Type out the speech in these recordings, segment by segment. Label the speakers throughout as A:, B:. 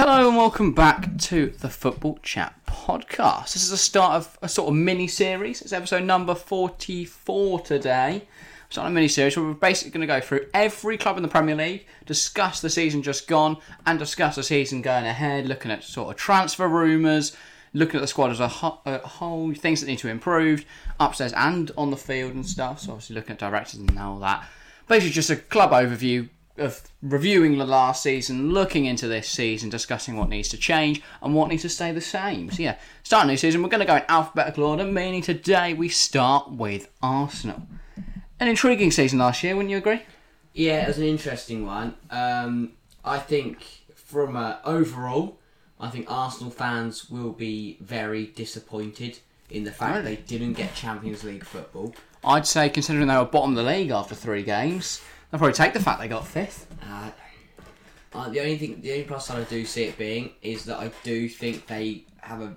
A: Hello and welcome back to the Football Chat podcast. This is the start of a sort of mini series. It's episode number 44 today. It's not a mini series where we're basically going to go through every club in the Premier League, discuss the season just gone, and discuss the season going ahead, looking at sort of transfer rumours, looking at the squad as a ho- a whole, things that need to be improved, upstairs and on the field and stuff. So, obviously, looking at directors and all that. Basically, just a club overview of reviewing the last season, looking into this season, discussing what needs to change and what needs to stay the same. So yeah, start a new season. We're going to go in alphabetical order, meaning today we start with Arsenal. An intriguing season last year, wouldn't you agree?
B: Yeah, it was an interesting one. Um, I think from uh, overall, I think Arsenal fans will be very disappointed in the fact
A: Really?
B: they didn't get Champions League football.
A: I'd say considering they were bottom of the league after three games, they'll probably take the fact they got fifth.
B: Uh, uh, the only thing, the only plus side I do see it being is that I do think they have a.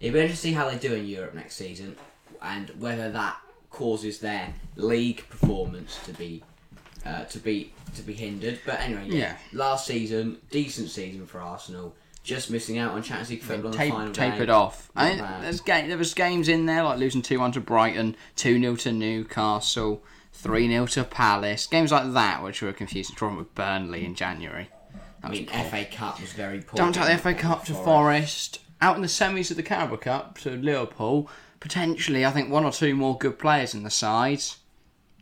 B: It'll be interesting to see how they do in Europe next season, and whether that causes their league performance to be. Uh, to be to be hindered, but anyway, yeah.
A: Yeah.
B: Last season, decent season for Arsenal, just missing out on Champions League football on the final
A: Tape, tapered
B: day.
A: off. I mean,
B: bad.
A: there's game, there was games in there like losing two one to Brighton, two 0 to Newcastle, three 0 to Palace. Games like that, which were confusing, drawing with Burnley in January.
B: I mean, FA Cup was very poor.
A: Dumped out the FA Cup to
B: Forest.
A: Forest. Out in the semis of the Carabao Cup to Liverpool. Potentially, I think one or two more good players in the sides.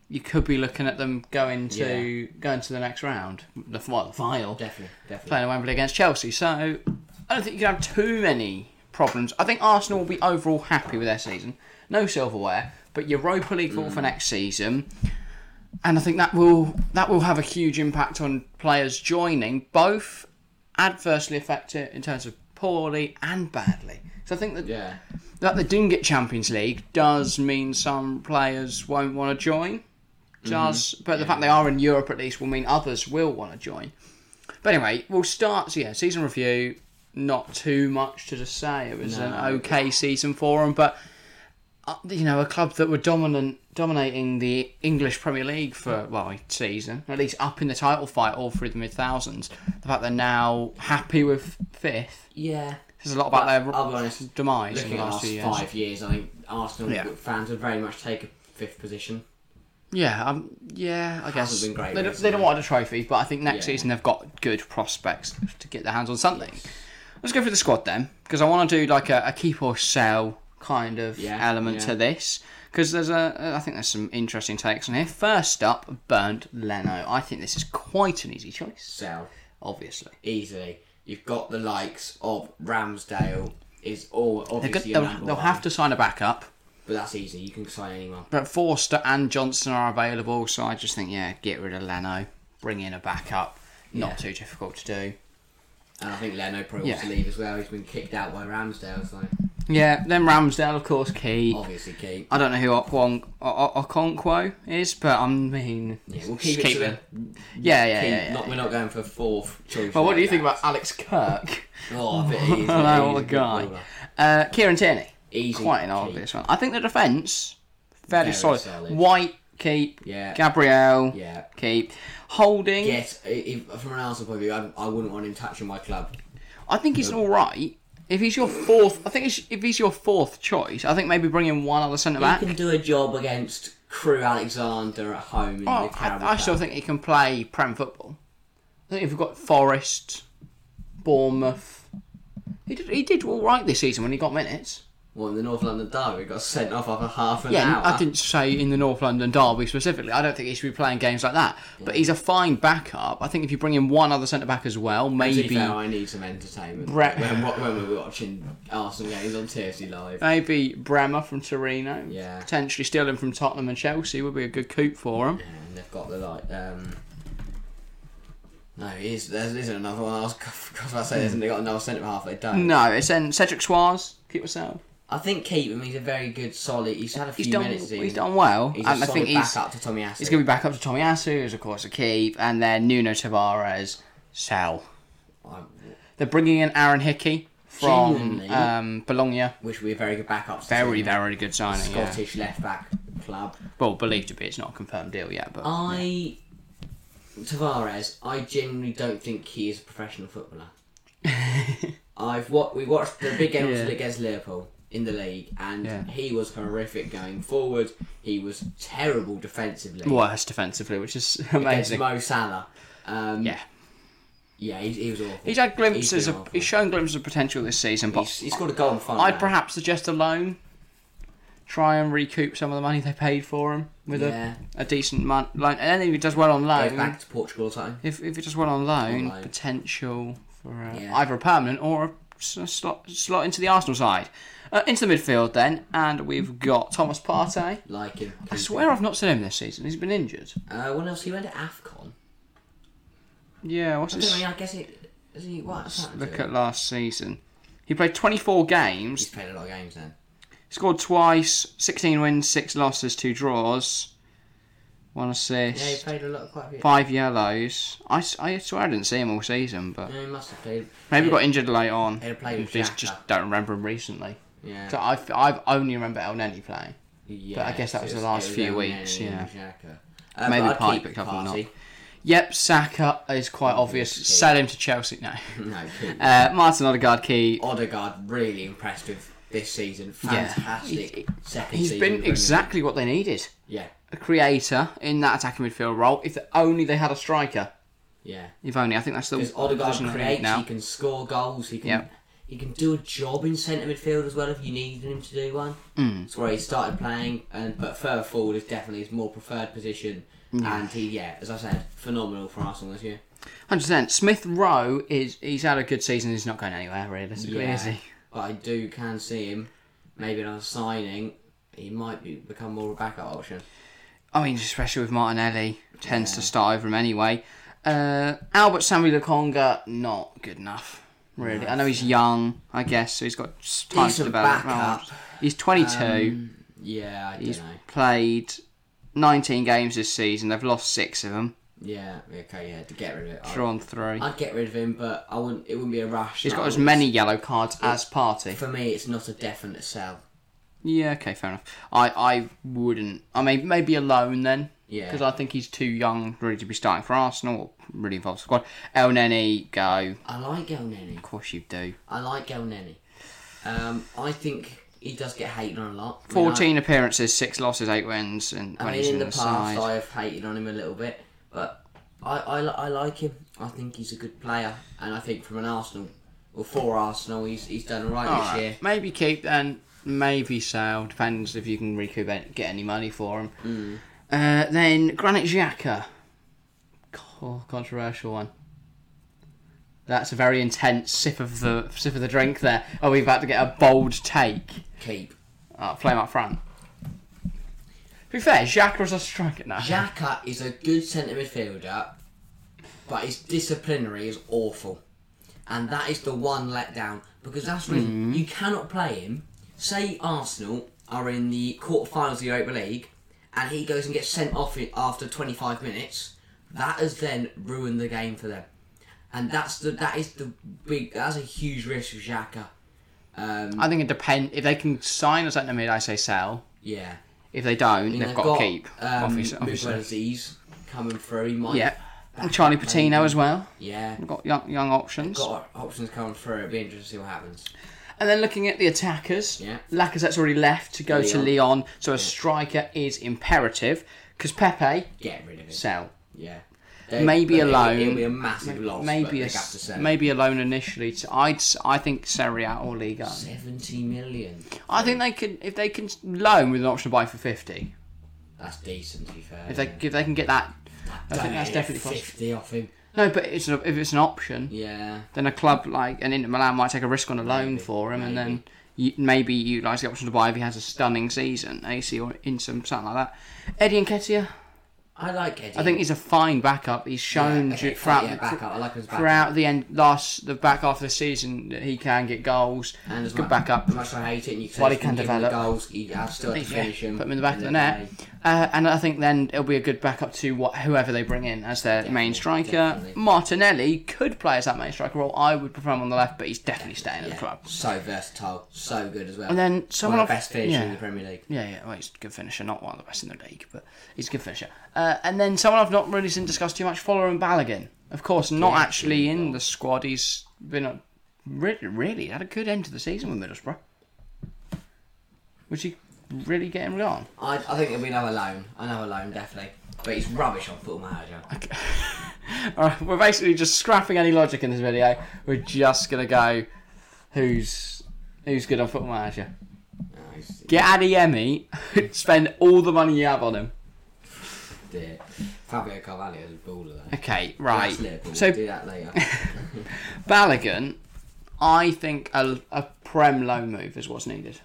A: You could be looking at them going to going to the next round, the well, the final,
B: Definitely, definitely.
A: playing at Wembley against Chelsea. So I don't think you can have too many problems. I think Arsenal will be overall happy with their season. No silverware, but Europa League thought for
B: Mm.
A: next season and I think that will that will have a huge impact on players joining, both adversely affected in terms of poorly and badly. So I think that
B: Yeah.
A: that they didn't get Champions League does mean some players won't want to join.
B: Mm-hmm.
A: Does but the fact they are in Europe at least will mean others will want to join. But anyway, we'll start. So yeah, season review. Not too much to just say. It was
B: No.
A: an okay season for them, but uh, you know, a club that were dominant, dominating the English Premier League for well, a season at least up in the title fight all through the mid thousands. The fact they're now happy with fifth
B: Yeah.
A: says a lot about their
B: I'll be honest,
A: demise in
B: Looking
A: the
B: at
A: last
B: last
A: few years.
B: five years, I think Arsenal
A: Yeah.
B: fans would very much take a fifth position.
A: Yeah, um, yeah, I guess
B: been great
A: they, don't,
B: recently.
A: they don't want a trophy, but I think next
B: Yeah.
A: season they've got good prospects to get their hands on something. Let's go through the squad then, because I want to do like a, a keep or sell kind of
B: Yeah,
A: element
B: yeah.
A: to this. Because there's a, I think there's some interesting takes on here. First up, burnt Leno. I think this is quite an easy choice,
B: Sell
A: obviously.
B: easily. You've got the likes of Ramsdale is all
A: They're good,
B: obviously your
A: they'll
B: number
A: they'll
B: one,
A: have to sign a backup,
B: but that's easy. You can sign anyone.
A: but Forster and Johnson are available, so I just think yeah, get rid of Leno, bring in a backup. Not
B: Yeah.
A: too difficult to do.
B: And I think Leno probably wants
A: Yeah.
B: to leave as well. He's been kicked out by Ramsdale, so
A: Yeah, then Ramsdale, of course, key.
B: obviously keep.
A: I don't know who Okwong, o- o- Okonkwo is, but I mean,
B: Yeah, we'll
A: just
B: keep, it. To
A: him.
B: the, keep
A: Yeah, yeah, yeah. yeah.
B: Not, we're not going for fourth choice.
A: well, what
B: like
A: do you think
B: that.
A: about Alex Kirk?
B: Oh, I bet he is,
A: Hello,
B: he's
A: what a
B: good
A: guy.
B: baller.
A: Uh, Kieran Tierney.
B: Easy.
A: Quite an
B: keep.
A: obvious one. I think the defence, fairly
B: Very
A: solid.
B: solid.
A: White, keep.
B: Yeah.
A: Gabriel,
B: Yeah.
A: keep. Holding,
B: Yes, i- if, from an Arsenal point of view, I, I wouldn't want him touching my club.
A: I think he's all right. If he's your fourth, I think it's- if he's your fourth choice, I think maybe bring in one other centre back.
B: He can do a job against Crew Alexander at home in
A: Oh,
B: the Carabao
A: I, I still
B: Cup.
A: think he can play Prem football. I think if we've got Forest, Bournemouth, he did he did all right this season when he got minutes.
B: Well, in the North London derby, got sent off after half an
A: Yeah,
B: hour.
A: I didn't say in the North London derby specifically. I don't think he should be playing games like that. But he's a fine backup. I think if you bring in one other centre back as well,
B: To be
A: maybe
B: fair, I need some entertainment.
A: Brett-
B: When, when we're watching Arsenal games on TFC
A: Uh,
B: Live.
A: maybe Bremer from Torino,
B: Yeah.
A: potentially stealing from Tottenham and Chelsea would be a good coup for him.
B: And they've got the like. Um, no, here's, there's, there's another one. I was because I say there's they got another centre half. They don't.
A: No, it's then Cedric Suarez. Keep yourself.
B: I think keep him. He's a very good, solid. He's had a few
A: He's done.
B: minutes.
A: He's done well,
B: He's a
A: and I
B: solid
A: think he's
B: backup to Tommy Ashley.
A: He's going to be back up to Tommy Asu, who's of course a keep, and then Nuno Tavares, Sal. They're bringing in Aaron Hickey from
B: Genuinely?
A: um, Bologna.
B: which we're very good backups. to
A: Very,
B: Tottenham.
A: very good signing. Yeah.
B: Scottish left back club. Ah.
A: Well, believed to be, it's not a confirmed deal yet, but
B: I Tavares, I genuinely don't think he is a professional footballer. I've what we watched the big game
A: Yeah.
B: against Liverpool in the league, and
A: Yeah.
B: he was horrific going forward. He was terrible defensively.
A: Well, that's defensively, which is
B: against
A: amazing.
B: Mo Salah. Um,
A: Yeah.
B: yeah, he, he was awful.
A: He's had glimpses
B: He's been
A: of
B: awful.
A: he's shown glimpses of potential this season, but
B: He's, he's got a goal in front.
A: I'd perhaps suggest a loan. Try and recoup some of the money they paid for him with
B: Yeah.
A: a, a decent mon- loan. And then if he does well on
B: go
A: loan,
B: back to Portugal or something.
A: if if he does well on loan,
B: On loan.
A: potential for uh
B: Yeah.
A: either a permanent or a s- a slot, slot into the Arsenal side. Uh, into the midfield then, and we've got Thomas Partey.
B: Like him.
A: I swear I've not seen him this season. He's been injured.
B: Uh, when else he went to Afcon?
A: Yeah, what's
B: I, don't know, I,
A: his?
B: mean, I guess it. Is he what? What's happened to
A: Look
B: him?
A: at last season. He played 24 games.
B: He's played a lot of games then.
A: Scored twice, 16 wins, 6 losses, 2 draws, 1
B: Yeah, he
A: assist,
B: played a lot, quite a few.
A: 5 yellows. I, s- I swear I didn't see him all season, but
B: No, he must have played.
A: maybe
B: yeah,
A: got injured late on.
B: He'd have played with
A: just,
B: Xhaka.
A: just don't remember him recently.
B: Yeah.
A: So I've, I've only remember El Neni playing.
B: yeah,
A: but I guess that
B: so
A: was
B: it
A: the last
B: it was
A: few
B: Elneny
A: weeks,
B: and
A: yeah.
B: Xhaka. Uh,
A: Maybe
B: but I'd
A: Partey
B: keep
A: picked up or not.
B: Partey.
A: Yep, Saka is quite obvious.
B: Obviously.
A: Sell him to Chelsea now.
B: No, couldn't.
A: Uh, Martin Odegaard key.
B: Odegaard really impressed with this season.
A: Yeah.
B: Fantastic
A: He-
B: second
A: He's
B: season.
A: been
B: for him.
A: exactly what they needed.
B: Yeah,
A: A creator in that attacking midfield role. If only they had a striker.
B: yeah.
A: If only. I think that's the
B: Because Odegaard
A: position they need
B: creates,
A: now.
B: he can score goals, he can
A: Yep.
B: he can do a job in centre midfield as well if you needed him to do one.
A: Mm.
B: It's where he started playing, and but further forward is definitely his more preferred position. And he, yeah, as I said, phenomenal for Arsenal this year.
A: Hundred percent. Smith Rowe is he's had a good season. He's not going anywhere realistically, is he?
B: But I do can see him maybe another signing. He might be, become more of a backup option.
A: I mean, especially with Martinelli, tends to start over him anyway. Uh, Albert Samuel Lukonga, not good enough. Really, I know he's young. I guess so. He's got s- time to
B: Decent
A: develop.
B: backup. Um,
A: He's twenty-two.
B: Yeah, I
A: he's
B: don't know.
A: played nineteen games this season. They've lost six of them,
B: Yeah, okay, yeah, to get rid of it. I'd,
A: drawn three.
B: I'd get rid of him, but I wouldn't. It wouldn't be a rush.
A: He's got
B: I
A: as
B: wouldn't-
A: many yellow cards as Party.
B: For me, it's not a definite sell.
A: Yeah, okay, fair enough. I, I wouldn't. I mean, maybe alone then.
B: Yeah.
A: Because I think he's too young really to be starting for Arsenal or really involved squad. El Neni, go.
B: I like El Nenny.
A: Of course you do.
B: I like El Nenny. Um, I think he does get hated on a lot. I mean,
A: 14 appearances, 6 losses, 8 wins, and
B: I, I
A: when
B: mean,
A: he's
B: in
A: in
B: the
A: the,
B: past,
A: side.
B: I have hated on him a little bit, but I, I, li- I like him. I think he's a good player, and I think from an Arsenal, or for Arsenal, he's he's done all right this
A: Alright,
B: year.
A: Maybe keep then, maybe sell. Depends if you can recoup any, get any money for him.
B: Hmm.
A: Uh, then Granit Xhaka. Co- controversial one. That's a very intense sip of the sip of the drink. There. Are we about to get a bold take?
B: Keep.
A: Uh, play him up front. To be fair, Xhaka is a striker now.
B: Xhaka is a good centre midfielder, but his disciplinary is awful. And that is the one letdown because that's really
A: Mm-hmm.
B: you cannot play him. Say Arsenal are in the quarterfinals of the Europa League, and he goes and gets sent off i- after 25 minutes. That has then ruined the game for them, and that's the that is the big that's a huge risk with Xhaka. Um,
A: I think it depends if they can sign us at the mid. I say sell.
B: yeah,
A: If they don't,
B: I mean,
A: they've, got, to keep.
B: um,
A: obviously,
B: Miguel
A: obviously.
B: Aziz coming through. He might
A: yeah. And Charlie Patino as well.
B: yeah.
A: We've got young, young options.
B: got options coming through. It'd be interesting to see what happens.
A: And then looking at the attackers,
B: Yeah.
A: Lacazette's already left to go to
B: Leon.
A: Leon, so a striker is imperative. Because Pepe,
B: Get rid of it.
A: sell.
B: Yeah. They-
A: Maybe
B: but
A: a
B: it-
A: loan.
B: It'll be a massive loss. but
A: Maybe
B: they
A: a,
B: have to
A: s-
B: sell.
A: maybe a loan initially. To, I'd, s- I think Serie A or Liga.
B: seventy million.
A: I think they can if they can s- loan with an option to buy for fifty.
B: That's decent, to be fair.
A: If they
B: yeah.
A: if they can get that, I
B: Don't
A: think that's
B: get
A: definitely possible.
B: fifty off him.
A: No, but it's an, if it's an option,
B: Yeah.
A: then a club like an Inter Milan might take a risk on a loan
B: Maybe,
A: for him, and
B: maybe.
A: then you, maybe utilise the option to buy if he has a stunning season, AC or in some something like that. Eddie Nketiah,
B: I like Eddie.
A: I think he's a fine backup. He's shown
B: yeah, okay,
A: ju- throughout,
B: yeah, back up. I like his back up.
A: throughout the end last the back half of the season that he can get goals.
B: And as
A: good
B: mu-
A: backup.
B: As much as I hate it, and you can,
A: While
B: say
A: he can
B: give him the
A: develop.
B: goals. He has still had to
A: Yeah,
B: finish
A: put
B: him.
A: him in the back of the net, uh, and I think then it'll be a good backup to what, whoever they bring in as their main
B: Definitely,
A: striker.
B: definitely.
A: Martinelli could play as that main striker role. I would prefer him on the left, but he's definitely staying at
B: Yeah,
A: the club.
B: so versatile, so good as well.
A: And then someone
B: one of
A: off-
B: the best finishers
A: yeah.
B: in the Premier League.
A: Yeah, yeah, well, he's a good finisher, not one of the best in the league, but he's a good finisher. Uh, Uh, and then someone I've not really seen discussed too much, Follower and Balogun. Of course, not actually in the squad. He's been a, really, really had a good end to the season with Middlesbrough. Would you really get him gone?
B: I, I think it'll be another loan. Another loan, definitely. But he's rubbish on football manager.
A: All right, we're basically just scrapping any logic in this video. We're just gonna go, who's who's good on Football Manager?
B: No, he's
A: Get Adiemi, spend all the money you have on him.
B: dear. Fabio Carvalho is a baller though.
A: Okay, right.
B: That's Liverpool.
A: So
B: do that later.
A: Balogun, I think a, a prem loan move is what's needed.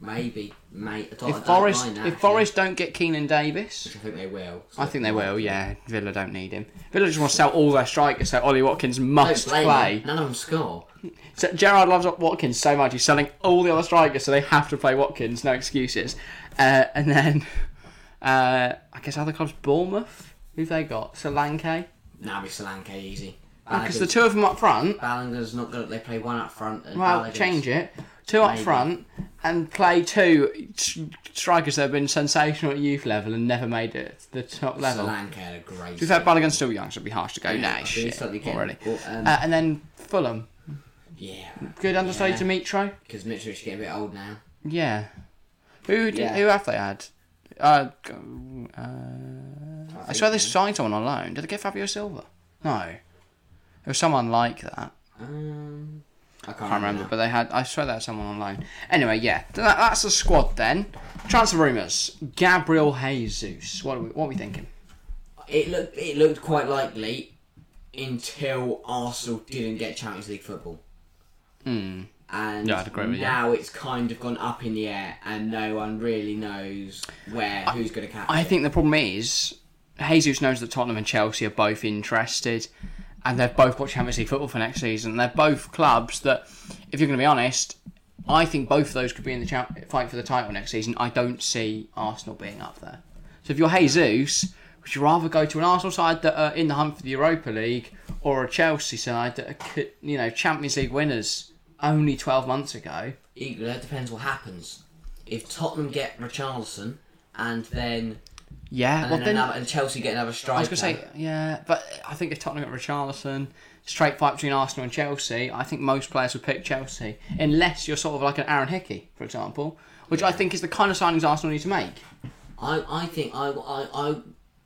B: Maybe, mate. I don't, I
A: If
B: don't
A: Forest,
B: mind that,
A: if
B: actually.
A: Forest don't get Keenan Davis,
B: Which I think they will.
A: I think they will. Yeah, Villa don't need him. Villa just want to sell all their strikers, so Ollie Watkins
B: Don't
A: must
B: blame
A: play.
B: them. None of them score.
A: So Gerard loves Watkins so much, he's selling all the other strikers, so they have to play Watkins, no excuses. Uh, and then, uh, I guess other clubs, Bournemouth, who've they got? Solanke?
B: Nah, be Solanke easy.
A: Because the two of them up front,
B: Ballinger's not good. They play one up front. And
A: well,
B: Ballinger's-
A: change it, two up
B: Maybe.
A: front, and play two s- strikers that have been sensational at youth level and never made it to the top level.
B: Solanke had a great.
A: To be fair, Balogun's still young, so it'd be harsh to go,
B: Yeah,
A: nah,
B: but he's
A: shit,
B: certainly getting-
A: already.
B: well, um,
A: uh, and then Fulham,
B: yeah,
A: good understudy
B: Yeah.
A: Dimitro.
B: because Mitrovic's getting a bit old now.
A: Yeah. Who did,
B: Yeah.
A: who have they had? Uh, g- uh, I swear they signed someone on loan. Did they get Fabio Silva? No. It was someone like that.
B: Um, I can't,
A: I can't remember, but they had. I swear they had someone on loan. Anyway, yeah, th- that, that's the squad then. Transfer rumours. Gabriel Jesus. What are we, what are we thinking?
B: now. It looked it looked quite likely until Arsenal didn't get Champions League football. And
A: Hmm. Yeah, I'd agree with you.
B: now it's kind of gone up in the air, and no one really knows where who's going to catch.
A: I
B: it.
A: think the problem is Jesus knows that Tottenham and Chelsea are both interested, and they've both got Champions League football for next season. They're both clubs that, if you're going to be honest, I think both of those could be in the cha- fight for the title next season. I don't see Arsenal being up there. So if you're Jesus, would you rather go to an Arsenal side that are in the hunt for the Europa League or a Chelsea side that are c- you know Champions League winners only 12 months ago?
B: Equally, that depends what happens. If Tottenham get Richarlison and then
A: Yeah,
B: and,
A: well
B: then
A: then
B: another, and Chelsea get another striker,
A: I was going to say, yeah, but I think if Tottenham got Richarlison, straight fight between Arsenal and Chelsea, I think most players would pick Chelsea, unless you're sort of like an Aaron Hickey, for example, which I think is the kind of signings Arsenal need to make.
B: I, I think I, I, I,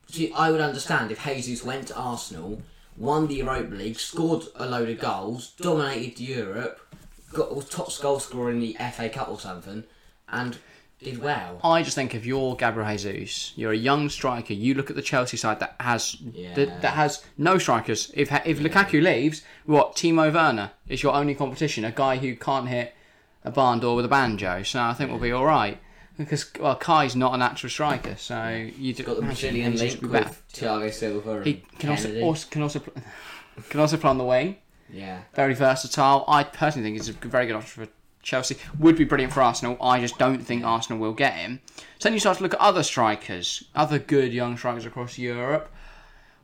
B: see, I would understand if Jesus went to Arsenal, won the Europa League, scored a load of goals, dominated Europe, got was top goal scorer in the FA Cup or something, and did well.
A: I just think if you're Gabriel Jesus, you're a young striker. You look at the Chelsea side that has that, that has no strikers. If if Lukaku leaves, what Timo Werner is your only competition? A guy who can't hit a barn door with a banjo. So I think we'll be all right because well, Kai's not an actual striker. So you do,
B: Got the Brazilian
A: Jesus
B: link
A: would be better.
B: with Thiago Silva. And
A: He can also,
B: Kennedy.
A: also can also pl- can also play on the wing.
B: yeah.
A: Very versatile. I personally think he's a very good option for Chelsea. Would be brilliant for Arsenal. I just don't think Arsenal will get him. So then you start to look at other strikers, other good young strikers across Europe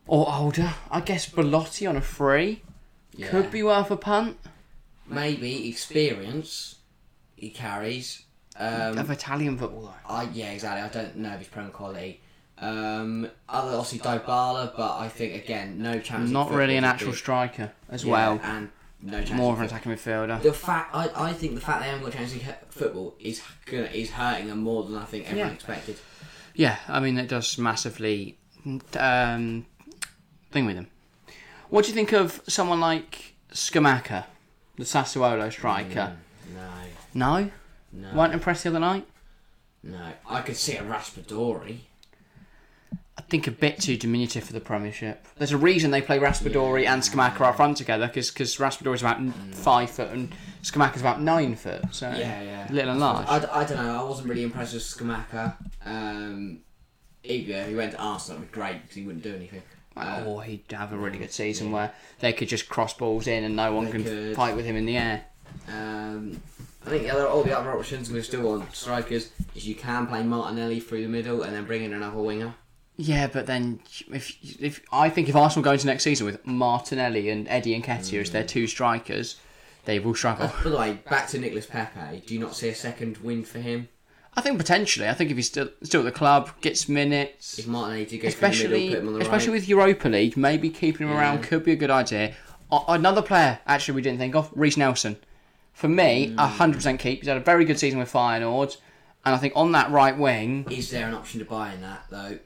A: or older. I guess Belotti on a free
B: yeah.
A: could be worth a punt.
B: maybe experience he carries. Um,
A: Of Italian football though.
B: I yeah, exactly. I don't know if his prem quality. Um, other obviously Dybala, but I think again no chance.
A: Not really an actual striker as well.
B: and no chance.
A: More of an attacking midfielder.
B: The fact I, I think the fact they haven't got Champions League hu- football is gonna, is hurting them more than I think everyone
A: Yeah.
B: expected.
A: Yeah, I mean it does massively um, thing with him. What do you think of someone like Skamaka, the Sassuolo striker?
B: Mm. No,
A: No,
B: no,
A: weren't impressed the other night.
B: no. I could see a Raspadori.
A: I think a bit too diminutive for the Premiership. There's a reason they play Raspadori and Skamaka up front together because because Raspadori's about n five foot and Skamaka's about nine foot, so
B: Yeah, yeah.
A: little and large.
B: I, don't know. I wasn't really impressed with Skamaka. Um, Eager, he went to Arsenal, it'd be great because he wouldn't do anything.
A: or Oh, he'd have a really good season where they could just cross balls in and no one can
B: could.
A: fight with him in the air.
B: Um, I think the other, all the other options we're still on strikers is you can play Martinelli through the middle and then bring in another winger.
A: Yeah, but then if if I think if Arsenal go into next season with Martinelli and Eddie Nketiah as their two strikers, they will struggle.
B: By the way, back to Nicolas Pepe. Do you not see a second win for him?
A: I think potentially. I think if he's still still at the club, gets minutes,
B: If Martinelli did go through the
A: especially
B: middle, put him on the
A: especially
B: right.
A: with Europa League, maybe keeping him around could be a good idea. A- another player actually we didn't think of, Reece Nelson. For me,
B: Mm.
A: hundred percent keep. He's had a very good season with Feyenoord, and I think on that right wing,
B: is there an option to buy in that though?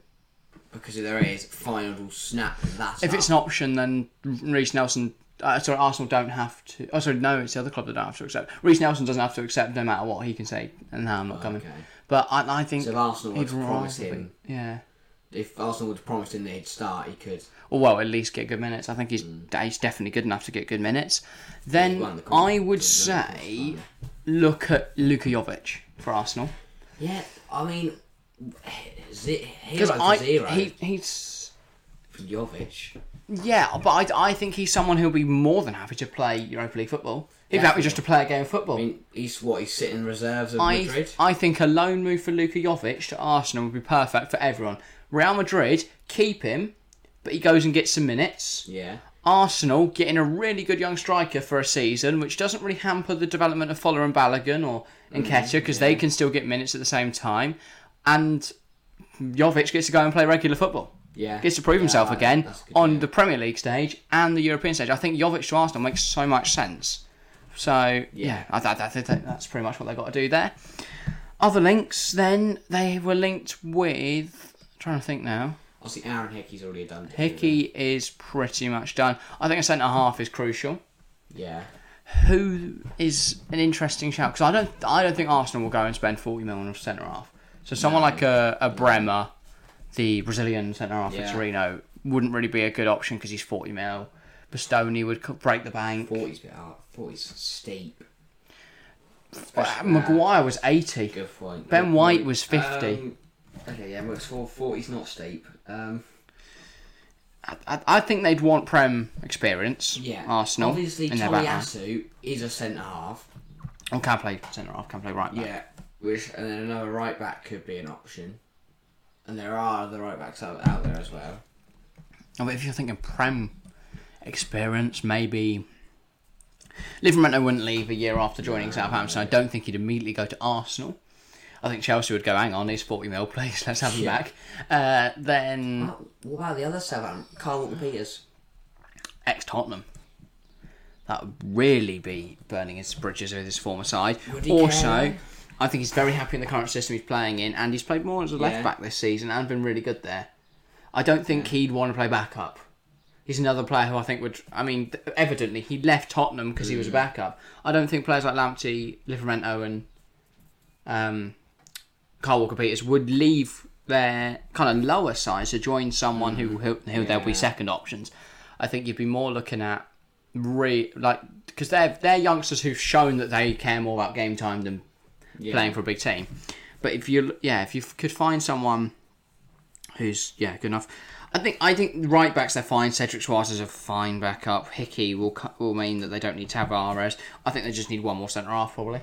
B: Because if there is, Feyenoord will snap that.
A: if it's an option, then Reece Nelson. Uh, sorry, Arsenal don't have to. Oh, sorry, no, it's the other club that don't have to accept. Reece Nelson doesn't have to accept no matter what. He can say, "And now I'm not coming."
B: okay.
A: But I, I think
B: So if Arsenal
A: he'd
B: would promise
A: rather be-
B: him,
A: Yeah.
B: if Arsenal would promise him that he'd start, he could.
A: or well, at least get good minutes. I think he's he's definitely good enough to get good minutes. Then
B: won the cup.
A: I
B: Mm. He's won the
A: would
B: cup,
A: say
B: hasn't
A: look at Luka Jovic for Arsenal
B: Yeah, I mean, ze- hero
A: because
B: to
A: I
B: zero.
A: he, he's
B: Jovic.
A: yeah, but I, I think he's someone who'll be more than happy to play Europa League football. He'd be happy just to play a game of football.
B: I mean, he's what he's sitting reserves of
A: I,
B: Madrid.
A: I think a loan move for Luka Jovic to Arsenal would be perfect for everyone. Real Madrid keep him, but he goes and gets some minutes.
B: Yeah.
A: Arsenal getting a really good young striker for a season, which doesn't really hamper the development of Fuller and Balogun or Nketiah because they can still get minutes at the same time, and Jovic gets to go and play regular football.
B: Yeah.
A: Gets to prove
B: Yeah,
A: himself
B: I-
A: again
B: that's good,
A: on
B: yeah.
A: the Premier League stage and the European stage. I think Jovic to Arsenal makes so much sense. So yeah, I, I, I think that- that's pretty much what they've got to do there. Other links, then they were linked with. trying to think now.
B: Obviously, Aaron Hickey's already done. deal,
A: Hickey is pretty much done. I think a centre half is crucial.
B: isn't he? Yeah.
A: Who is an interesting shout? Because I don't, I don't think Arsenal will go and spend forty million on a centre half. So someone like uh, a, a Bremer, the Brazilian centre half
B: Yeah.
A: for Torino, wouldn't really be a good option because he's forty mil. Bastoni would co- break the bank.
B: Forty's bit hard. Forty's steep.
A: Uh, Maguire was eighty.
B: Good point.
A: Ben
B: Good
A: White
B: point.
A: was 50.
B: Um, okay, yeah, well, so 40's not steep. Um,
A: I, I, I think they'd want prem experience.
B: yeah.
A: Arsenal.
B: Obviously,
A: in their back line.
B: Tomiyasu is a centre half.
A: Oh, can play centre half. Can play right back.
B: Yeah. Which and then another right back could be an option. And there are other right backs out, out there as well.
A: Oh, but if you're thinking prem experience, maybe Livermento wouldn't leave a year after joining Southampton. I don't think he'd immediately go to Arsenal. I think Chelsea would go, hang on, he's 40 mil, please, let's have him
B: Yeah. Oh,
A: back. Uh, then
B: What what about the other seven? Carl Walker Peters.
A: ex Tottenham. That would really be burning his bridges with his former side.
B: Would he
A: Also,
B: care, though?
A: I think he's very happy in the current system he's playing in, and he's played more as a left back this season and been really good there. I don't think he'd want to play backup. He's another player who I think would. I mean, th- evidently he left Tottenham because he was a
B: Mm.
A: backup. I don't think players like Lamptey, Livermento, and um, Carl Walker Peters would leave their kind of lower sides to join someone who who, who there'll be
B: Mm. Yeah.
A: second options. I think you'd be more looking at re like because they're they're youngsters who've shown that they care more about game time than
B: Yeah.
A: playing for a big team. But if you yeah, if you could find someone who's yeah good enough, I think I think right backs they're fine. Cedric Suarez is a fine backup. Hickey will cu- will mean that they don't need Tavares. I think they just need one more centre half probably.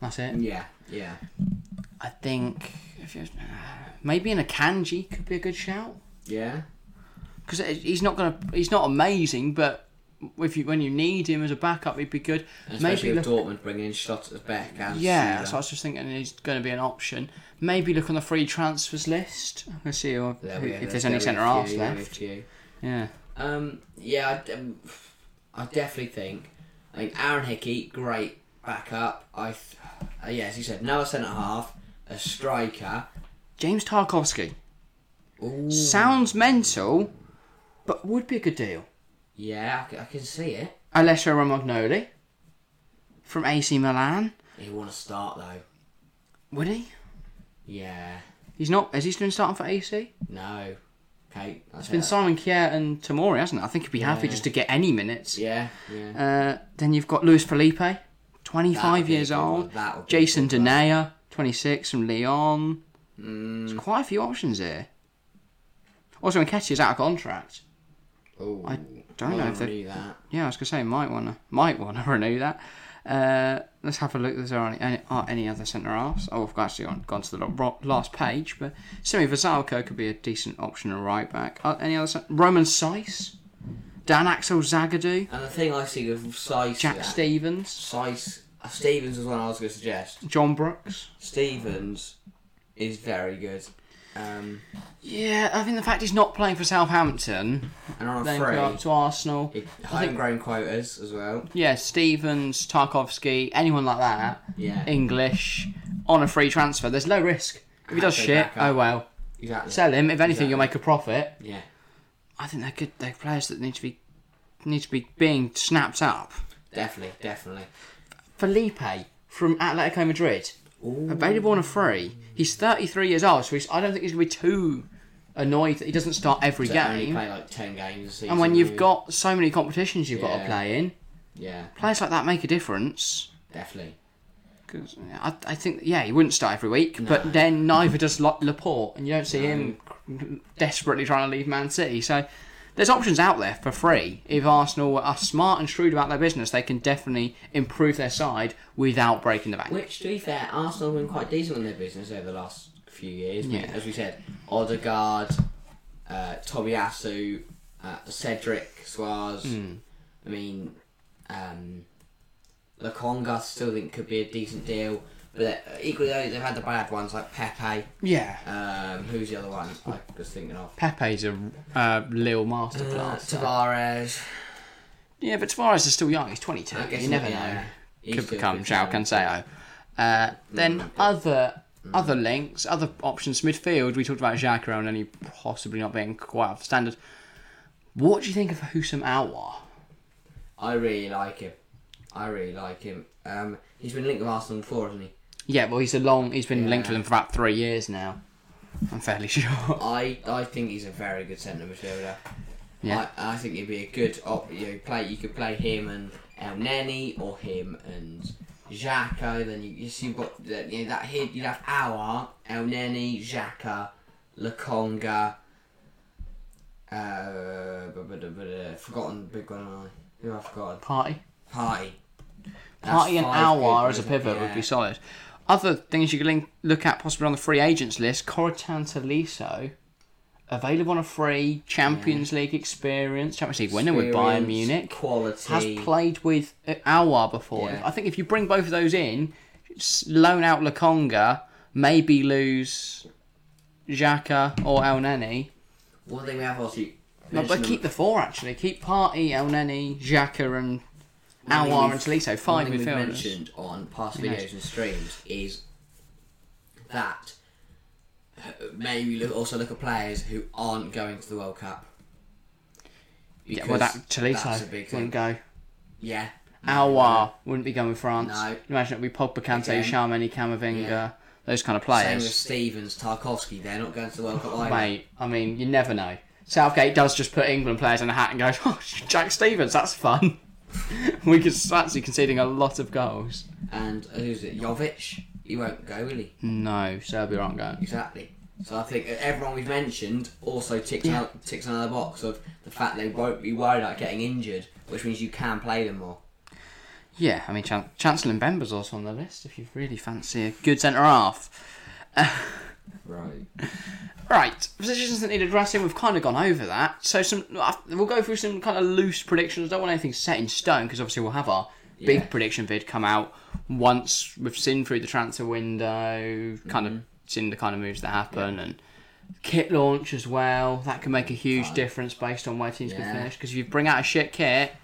A: That's it.
B: Yeah, yeah.
A: I think if you, maybe in a Kanji could be a good shout
B: Yeah.
A: because he's not gonna he's not amazing, but if you when you need him as a backup, he'd be good.
B: Especially
A: maybe
B: with
A: look,
B: Dortmund bringing in Schlotterbeck and
A: yeah,
B: Süle.
A: so I was just thinking he's going to be an option. Maybe look on the free transfers list. I'm gonna see who,
B: There
A: who-
B: we are,
A: if
B: there-
A: there's any
B: there we
A: centre
B: are a
A: halves
B: few, there we are a
A: left.
B: few.
A: Yeah,
B: Um, yeah, I, d- um, I definitely think. I think Aaron Hickey, great backup. I, th- uh, yeah, as you said, now a centre half, a striker.
A: James Tarkovsky
B: Ooh,
A: sounds mental, but would be a good deal.
B: yeah, I, c- I can see it.
A: Alessio Romagnoli from AC Milan.
B: He want to start though.
A: Would he?
B: Yeah,
A: He's not. Has he been starting for AC?
B: no. Okay, that's
A: It's been Simon Kier and Tamori, hasn't it? I think he'd be happy
B: Yeah.
A: just to get any minutes.
B: Yeah, yeah.
A: Uh, then you've got Luis Felipe, 25
B: That'd be
A: years
B: a good one.
A: old.
B: That would be a
A: Jason
B: good one.
A: Denea, 26 from Lyon.
B: Mm.
A: There's quite a few options here. Also, Nketiah's out of contract.
B: Ooh,
A: Um, I don't know if they-
B: knew that.
A: Yeah, I was gonna say might wanna might wanna renew that. Uh, let's have a look. Is there any any, are any other centre halves? Oh, I've actually gone, gone to the lo- ro- last page, but Simi Vasalko could be a decent option at right back. Uh, any other cent- Roman Seiss, Dan Axel Zagadou,
B: And the thing I see with Sice,
A: Jack
B: that-
A: Stevens.
B: Sice, I Stevens was one I was going to suggest.
A: John Brooks.
B: Stevens is very good. Um,
A: Yeah, I think the fact he's not playing for Southampton,
B: and on
A: then
B: a
A: go up
B: free,
A: to Arsenal.
B: it- homegrown quotas as well.
A: Yeah, Stevens, Tarkovsky, anyone like that,
B: Yeah,
A: English, on a free transfer. There's low risk. If he does
B: Go
A: shit,
B: back up.
A: oh well.
B: exactly.
A: Sell him. If anything, you'll make a profit.
B: yeah,
A: I think they're good. They're players that need to be need to be being snapped up.
B: definitely, definitely.
A: Felipe from Atletico Madrid, available on a free. He's 33 years old, so he's, I don't think he's going to be too annoyed that he doesn't start every
B: They only
A: game.
B: play like ten games a season.
A: And when you've
B: really.
A: got so many competitions you've got to
B: Yeah.
A: play in,
B: yeah,
A: players like that make a difference.
B: definitely.
A: 'Cause, I, I think, yeah, he wouldn't start every week, but then neither does La- Laporte, and you don't see him desperately trying to leave Man City. So there's options out there for free. If Arsenal are smart and shrewd about their business, they can definitely improve their side without breaking the bank.
B: Which, to be fair, Arsenal have been quite decent in their business over the last few years.
A: Yeah.
B: As we said, Odegaard, uh, Tomiyasu, uh, Cedric Suarez.
A: Hmm.
B: I mean, um, Laconga I still think could be a decent deal. But they- equally, though, they've had the bad ones like Pepe.
A: Yeah.
B: Um, who's the other one I was thinking of?
A: Pepe's a uh, Lille
B: Uh,
A: masterclass.
B: Tavares.
A: yeah, but Tavares is still young. He's 22.
B: I guess
A: You never
B: yeah,
A: know.
B: he's
A: Could
B: still
A: become
B: pretty
A: João
B: young.
A: Cancelo. Uh, then other other links, other options. Midfield, we talked about Xhaka and only possibly not being quite up to standard. What do you think of Husam Alwar?
B: I really like him. I really like him. Um, he's been linked with Arsenal before, hasn't he?
A: Yeah, well, he's a long. He's been linked
B: Yeah.
A: with them for about three years now. I'm fairly sure.
B: I, I think he's a very good centre midfielder.
A: Yeah.
B: I, I think he'd be a good op. You know, play. You could play him and El Neni, or him and Xhaka. Then you, you see what the- you know, that hid. You'd have Awa, El Neni, Xhaka, Lakonga. Uh, bu- bu- bu- bu- forgotten the big one. haven't I who have I forgotten?
A: Party,
B: Party. That's
A: Party, and
B: five
A: Alwar
B: people,
A: as a
B: isn't it?
A: pivot would be
B: Yeah.
A: solid. Other things you could link, look at possibly on the free agents list: Coritan Tolisso, available on a free Champions League experience, Champions League winner with Bayern
B: Experience,
A: Munich.
B: Quality.
A: has played with uh, Aouar before.
B: Yeah.
A: I think if you bring both of those in, s- loan out Lakonga, maybe lose Xhaka or El Neni.
B: One thing we have obviously.
A: No, but
B: mentioned
A: keep the four actually. Keep Party, El Neni, Xhaka, and Aouar and Tolisso.
B: one
A: Five
B: thing we've
A: midfielders.
B: mentioned on past
A: Yeah.
B: videos and streams is that uh, maybe look, also look at players who aren't going to the World Cup.
A: Yeah, well, that
B: Because that's a
A: Tolisso
B: big
A: wouldn't
B: thing.
A: go.
B: Yeah.
A: Aouar wouldn't be going with France.
B: No.
A: Imagine it would be Pogba, Kante,
B: Again.
A: Charmany, Camavinga,
B: Yeah.
A: those kind of
B: Same with
A: players.
B: Stevens, Tarkovsky. They're not going to the World Cup either.
A: Mate, I mean, you never know. Southgate does just put England players in a hat and goes, "Oh, Jack Stevens, that's fun." we could actually conceding a lot of goals.
B: And uh, who's it? Jovic. He won't go, will he?
A: No, Serbia aren't going.
B: Exactly. So I think everyone we've mentioned also ticks out ticks another box of the fact they won't be worried about getting injured, which means you can play them more.
A: Yeah, I mean, Chan- Chancellor Mbemba's also on the list if you really fancy a good centre half.
B: Right.
A: Right, positions that need addressing, we've kind of gone over that. So some, uh, we'll go through some kind of loose predictions. I don't want anything set in stone because obviously we'll have our
B: Yeah.
A: big prediction vid come out once we've seen through the transfer window, kind
B: Mm-hmm.
A: of seen the kind of moves that happen and kit launch as well. That can make a huge difference based on where teams can
B: Yeah.
A: finish. Because if you bring out a shit kit,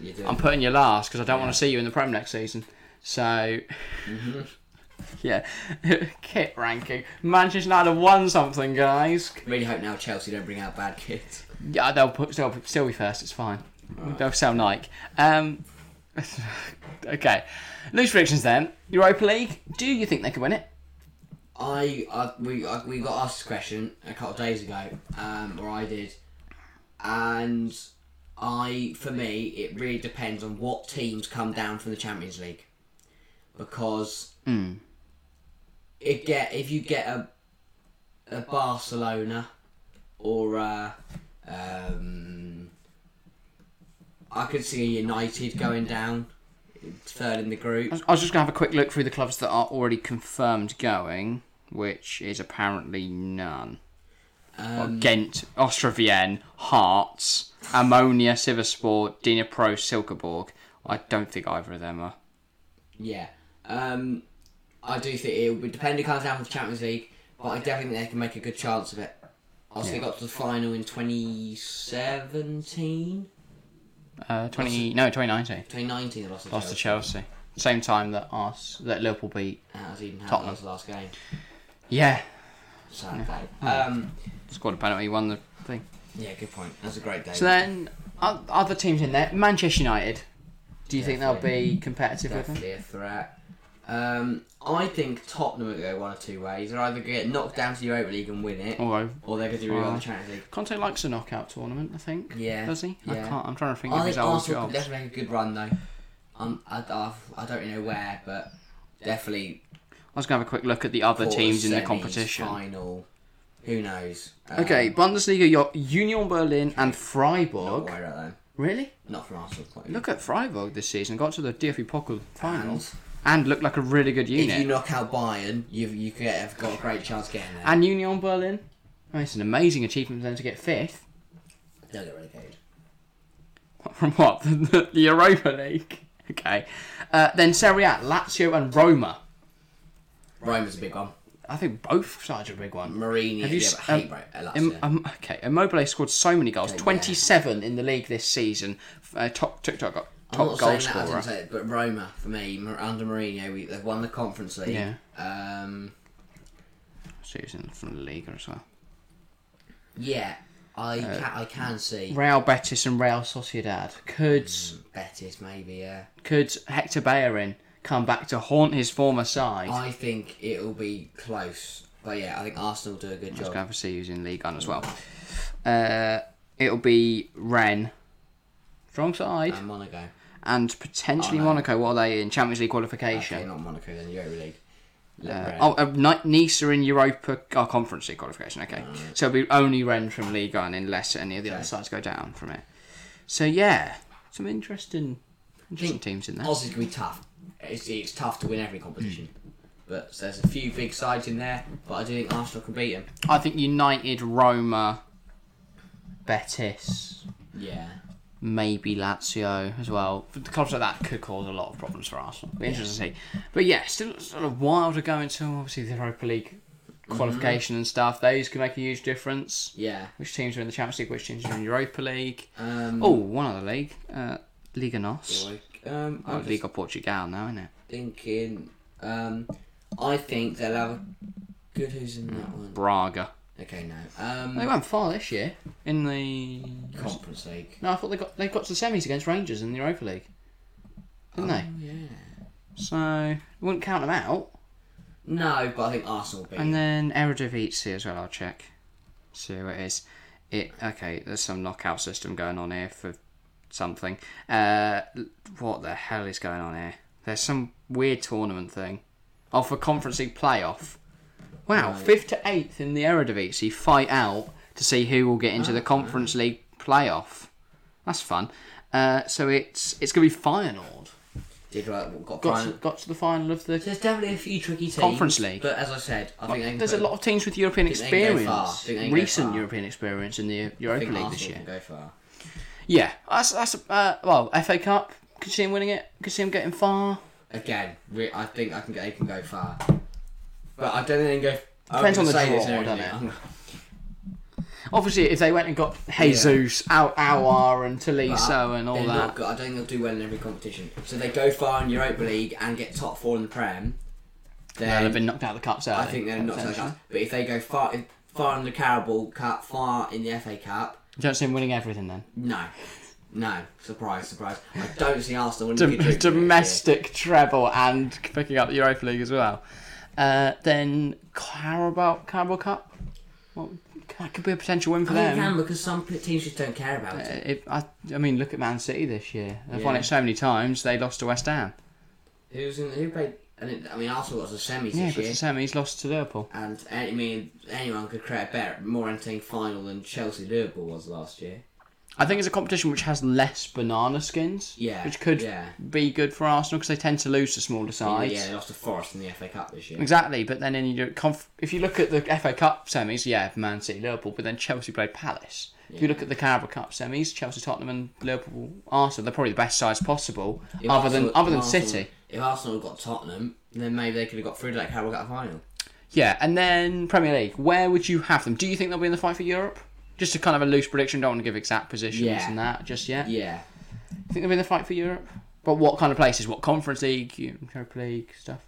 B: You do.
A: I'm putting you last because I don't want to see you in the Prem next season. So,
B: Mm-hmm.
A: yeah, kit ranking. Manchester United have won something, guys.
B: really hope now Chelsea don't bring out bad kids.
A: Yeah, they'll put, still, still be first. It's fine. They'll sell Nike. Um, okay, loose predictions then. Europa League. Do you think they can win it?
B: I, I we I, we got asked this question a couple of days ago, um, or I did, and I for me it really depends on what teams come down from the Champions League, because it get if you get a a Barcelona or a, um, I could see a United going down third in the group.
A: I was just gonna have a quick look through the clubs that are already confirmed going, which is apparently none. Well, Ghent, Ostra Vienna, Hearts, Ammonia, Siversport, Dina Pro, Silkeborg. I don't think either of them are.
B: Yeah. Um, I do think it will be depending on down with the Champions League, but I definitely think they can make a good chance of it. I think they got to the final in 2017,
A: Uh, 20, no, 2019.
B: 2019. They lost to
A: Lost to
B: Chelsea.
A: Chelsea. Same time that us that Liverpool beat.
B: And that was even
A: Tottenham.
B: Haaland's last game.
A: Yeah,
B: Sad day.
A: Oh.
B: Um,
A: scored a penalty, won the thing.
B: yeah, good point. That's a great day.
A: So then, o- other teams in there, Manchester United. Do you think they'll
B: Definitely.
A: be competitive with them?
B: definitely a threat. Um, I think Tottenham will go one of two ways. They're either going to get knocked down to the Europa League and win it,
A: Although
B: or they're going to do really well in the
A: Well,
B: Champions League.
A: Conte likes a knockout tournament, I think.
B: Yeah,
A: Does he? I
B: yeah.
A: can't. I'm trying to think
B: I
A: of his
B: think
A: old
B: Arsenal could
A: jobs.
B: definitely make a good run though. Um, I, I, I don't really know where, but definitely
A: I was going to have a quick look at the other
B: quarters,
A: teams in the
B: semis,
A: competition.
B: final. Who knows? Um,
A: Okay, Bundesliga, you got Union Berlin and
B: Don't
A: Freiburg.
B: worry about them.
A: Really?
B: Not from Arsenal's point. of view.
A: Look at Freiburg this season. Got to the DFB Pokal
B: And
A: finals and looked like a really good
B: if you
A: unit.
B: knock out Bayern, you've you could have got a great chance of getting there.
A: And Union Berlin. I mean, it's an amazing achievement for them to get fifth.
B: They'll get relegated.
A: From what? The, the Europa League. Okay. Uh, then Serie A, Lazio and Roma.
B: Roma's a big one.
A: I think both sides are a big one.
B: Marini,
A: Have you
B: yeah,
A: s-
B: but I hate
A: um,
B: Ro- uh, Lazio.
A: Im- um, okay, Immobile scored so many goals,
B: Okay, yeah.
A: 27 in the league this season. Uh, top top, top,
B: I'm
A: top goal
B: not saying that, I didn't
A: scorer.
B: say it, but Roma for me Mar- under Mourinho, we, they've won the Conference League.
A: Yeah.
B: Um,
A: Season from the league as well.
B: yeah, I
A: Uh,
B: ca- I can see
A: Real Betis and Real Sociedad. Could
B: Hmm. Betis maybe. Yeah,
A: could Hector Bellerin come back to haunt his former side? I
B: I think it'll be close, but yeah, I think Arsenal do a good
A: was
B: job.
A: going to see who's in League One as well. Uh, it'll be Ren, strong side,
B: And Monaco.
A: and potentially
B: oh, no.
A: Monaco. What are they in Champions League qualification?
B: Okay, not Monaco then Europa League.
A: Uh,
B: Ren.
A: oh, uh, Ni- Nice are in Europa oh, Conference League qualification. Okay,
B: Uh,
A: so it'll be only Ren from League One unless any of the other sides go down from it. So yeah, some interesting, interesting
B: Think-
A: teams in there.
B: Aussie's gonna be tough. It's, it's tough to win every competition, but so there's a few big sides in there. But I do think Arsenal can beat them.
A: I think United, Roma, Betis,
B: Yeah.
A: maybe Lazio as well. But the clubs like that could cause a lot of problems for Arsenal. Be interesting to see. But yeah, still, still a while to go until obviously the Europa League Mm-hmm. qualification and stuff. Those can make a huge difference.
B: Yeah.
A: Which teams are in the Champions League? Which teams are in Europa League?
B: Um,
A: Oh, one other league, uh, Liga Nos.
B: like, um,
A: Oh,
B: I'm just
A: Liga Portugal now, isn't it?
B: thinking. Um, I think they'll have a good who's in that one.
A: Braga.
B: Okay, no.
A: They
B: Um,
A: went far this year in the.
B: Conference League.
A: No, I thought they got they got to the semis against Rangers in the Europa League, didn't they?
B: Oh, Yeah.
A: So we wouldn't count them out.
B: No, but I think Arsenal will beat.
A: And
B: them.
A: then Eredivisie as well. I'll check. See who it is. It okay. There's some knockout system going on here for something. Uh, what the hell is going on here? There's some weird tournament thing. Oh, for Conference League playoff. Wow, fifth to eighth in the Eredivisie fight out to see who will get into the Conference League playoff. That's fun. Uh, so it's it's gonna be Feyenoord.
B: Did right, got,
A: Got
B: final-
A: to, got to the final of the.
B: There's definitely a few tricky teams.
A: Conference League.
B: But as I said, I think they can
A: There's a
B: put-
A: lot of teams with European
B: Think they can go far.
A: experience,
B: Think they can go
A: recent
B: far.
A: European experience in the
B: I
A: Europa
B: think
A: League
B: Arsenal
A: this year.
B: can go far.
A: Yeah, that's that's uh, well FA Cup. Could see him winning it. Could see him getting far.
B: Again, re- I think I can. They can go far. But I don't think they can go. I
A: Depends
B: wouldn't
A: on the
B: say this
A: draw,
B: and
A: doesn't it?
B: everything.
A: Obviously, if they went and got Jesus, Al Awar, and Tolisso, and all
B: They're
A: that.
B: not good. I don't think they'll do well in every competition. So they go far in Europa League and get top four in the Prem.
A: They'll have
B: Then
A: been knocked out of the cups early.
B: I think they're not so
A: potentially.
B: good. But if they go far, if- far in the Carabao Cup, far in the FA Cup,
A: You don't see him winning everything then.
B: no, no, surprise, surprise. I don't see Arsenal winning.
A: Dom- domestic treble and picking up the Europa League as well. Uh, then Carabao Carabao Cup. Well, that could be a potential win for
B: I
A: them.
B: think they can because some p- teams just don't care about it.
A: It, Uh, I, I mean, look at Man City this year. They've won
B: Yeah.
A: it so many times. They lost to West Ham.
B: Who's in, who played? I, didn't, I mean, Arsenal got to the semis
A: Yeah,
B: this
A: but
B: year.
A: the semis lost to Liverpool.
B: And I mean, anyone could create a better, more entertaining final than Chelsea Liverpool was last year.
A: I think it's a competition which has less banana skins.
B: Yeah,
A: Which could
B: yeah.
A: be good for Arsenal because they tend to lose to smaller sides.
B: Yeah, they lost to Forest in the FA Cup this year.
A: Exactly, but then in your conf- if you look at the FA Cup semis, yeah, Man City, Liverpool, but then Chelsea played Palace. If you look at the Carabao Cup semis, Chelsea, Tottenham, and Liverpool, Arsenal, they're probably the best sides possible,
B: If
A: other
B: Arsenal-
A: than other than
B: Arsenal-
A: City.
B: if Arsenal got Tottenham, then maybe they could have got through to that Carabao Cup final.
A: Yeah, and then Premier League. Where would you have them? Do you think they'll be in the fight for Europe? Just a kind of a loose prediction. Don't want to give exact positions
B: Yeah.
A: and that just yet.
B: Yeah.
A: You think they'll be in the fight for Europe? But what kind of places? What Conference League, Europa League stuff?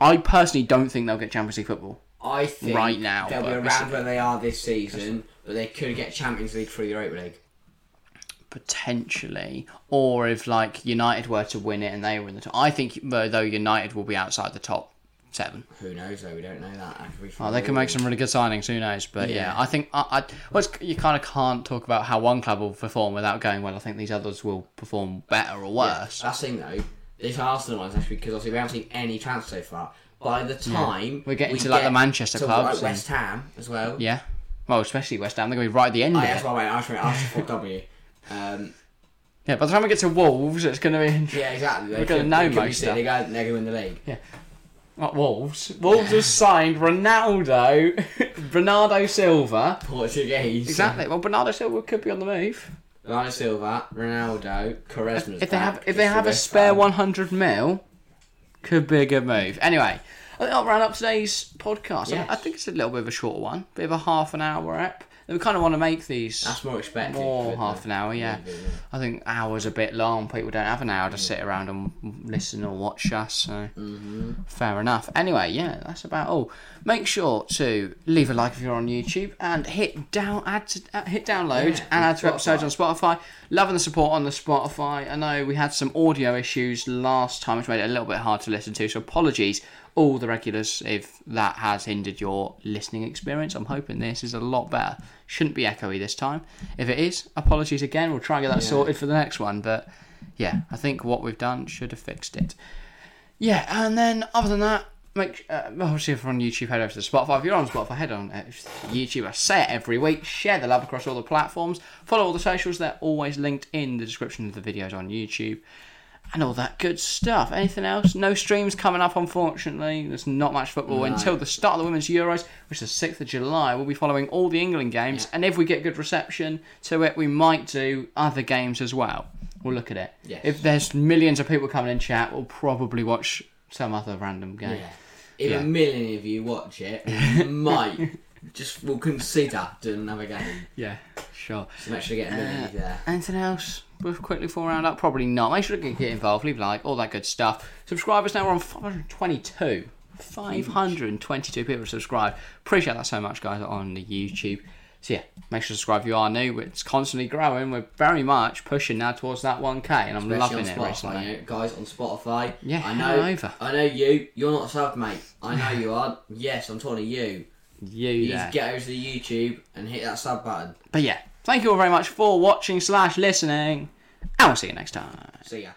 A: I personally don't think they'll get Champions League football.
B: I think
A: Right now,
B: they'll be
A: but
B: around where they are this season, but they could get Champions League through Europa League.
A: potentially, or if like United were to win it and they were in the top. I think though though United will be outside the top seven.
B: Who knows though? We don't know that.
A: Oh, they can make some really good signings. Who knows? But yeah,
B: Yeah.
A: I think I, I well, it's, you kind of can't talk about how one club will perform without going well. I think these others will perform better or worse.
B: That's the thing though. This Arsenal one's actually because obviously we haven't seen any transfer so far. By the time
A: We're getting to, like, the Manchester
B: to,
A: clubs
B: like, West Ham as well.
A: Yeah. Well, especially West Ham, they're going to be right at the end.
B: Oh,
A: of
B: yeah,
A: it.
B: that's why I went after Arsenal for W. Um,
A: Yeah. By the time we get to Wolves, it's going to be interesting.
B: yeah, exactly. They
A: We're gonna
B: could-
A: know
B: they could be
A: most
B: sitting- They're going to win the league.
A: Not Wolves. Wolves have signed Ronaldo, Bernardo Silva.
B: Portuguese.
A: Exactly. Well, Bernardo Silva could be on the move.
B: Bernardo Silva, Ronaldo, Quaresma's
A: if they
B: back,
A: have if
B: just
A: they
B: for
A: have a
B: West
A: spare
B: Ham.
A: 100 mil, could be a good move. Anyway, I think I'll round up today's podcast. I-
B: Yes.
A: I, think it's a little bit of a shorter one, bit of a half an hour app. We kind of want to make these
B: That's more expected.
A: more
B: but,
A: half an hour. Yeah, I think hours a bit long. People don't have an hour to sit around and listen or watch us. So
B: Mm-hmm.
A: fair enough. Anyway, yeah, that's about all. Make sure to leave a like if you're on YouTube and hit down add to, uh, hit download
B: Yeah,
A: and
B: on
A: add to episodes on Spotify. Loving the support on the Spotify. I know we had some audio issues last time, which made it a little bit hard to listen to. So apologies, all the regulars, if that has hindered your listening experience. I'm hoping this is a lot better. Shouldn't be echoey this time. If it is, apologies again. We'll try and get that sorted for the next one. But yeah, I think what we've done should have fixed it. Yeah, and then other than that, make uh, obviously if you're on YouTube, head over to Spotify. If you're on Spotify, head on uh, YouTube. I say it every week. Share the love across all the platforms. Follow all the socials. They're always linked in the description of the videos on YouTube. And all that good stuff. Anything else? No streams coming up, unfortunately. There's not much football until the start of the Women's Euros, which is the 6th of July. We'll be following all the England games, and if we get good reception to it, we might do other games as well. We'll look at it.
B: Yes.
A: If there's millions of people coming in chat, we'll probably watch some other random game.
B: Yeah. If a million of you watch it, we might just will consider doing another game.
A: Yeah, sure.
B: So make sure you get a million of you there.
A: Anything else? We'll quickly for a round up? Probably not. Make sure to get involved, leave a like, all that good stuff. Subscribers now, we're on 522. 522 people have subscribed. Appreciate that so much, guys, on the YouTube. So, yeah, make sure to subscribe if you are new. It's constantly growing. We're very much pushing now towards that 1K, and I'm
B: Especially
A: loving it
B: on
A: recently.
B: Spotify, you know, guys on Spotify.
A: Yeah,
B: I
A: hand
B: know.
A: over.
B: I know you. You're not sub, mate. I know you are. Yes, I'm talking to you.
A: You
B: You
A: there.
B: just get over to the YouTube and hit that sub button.
A: But yeah, thank you all very much for watching slash listening, and we'll see you next time.
B: See ya.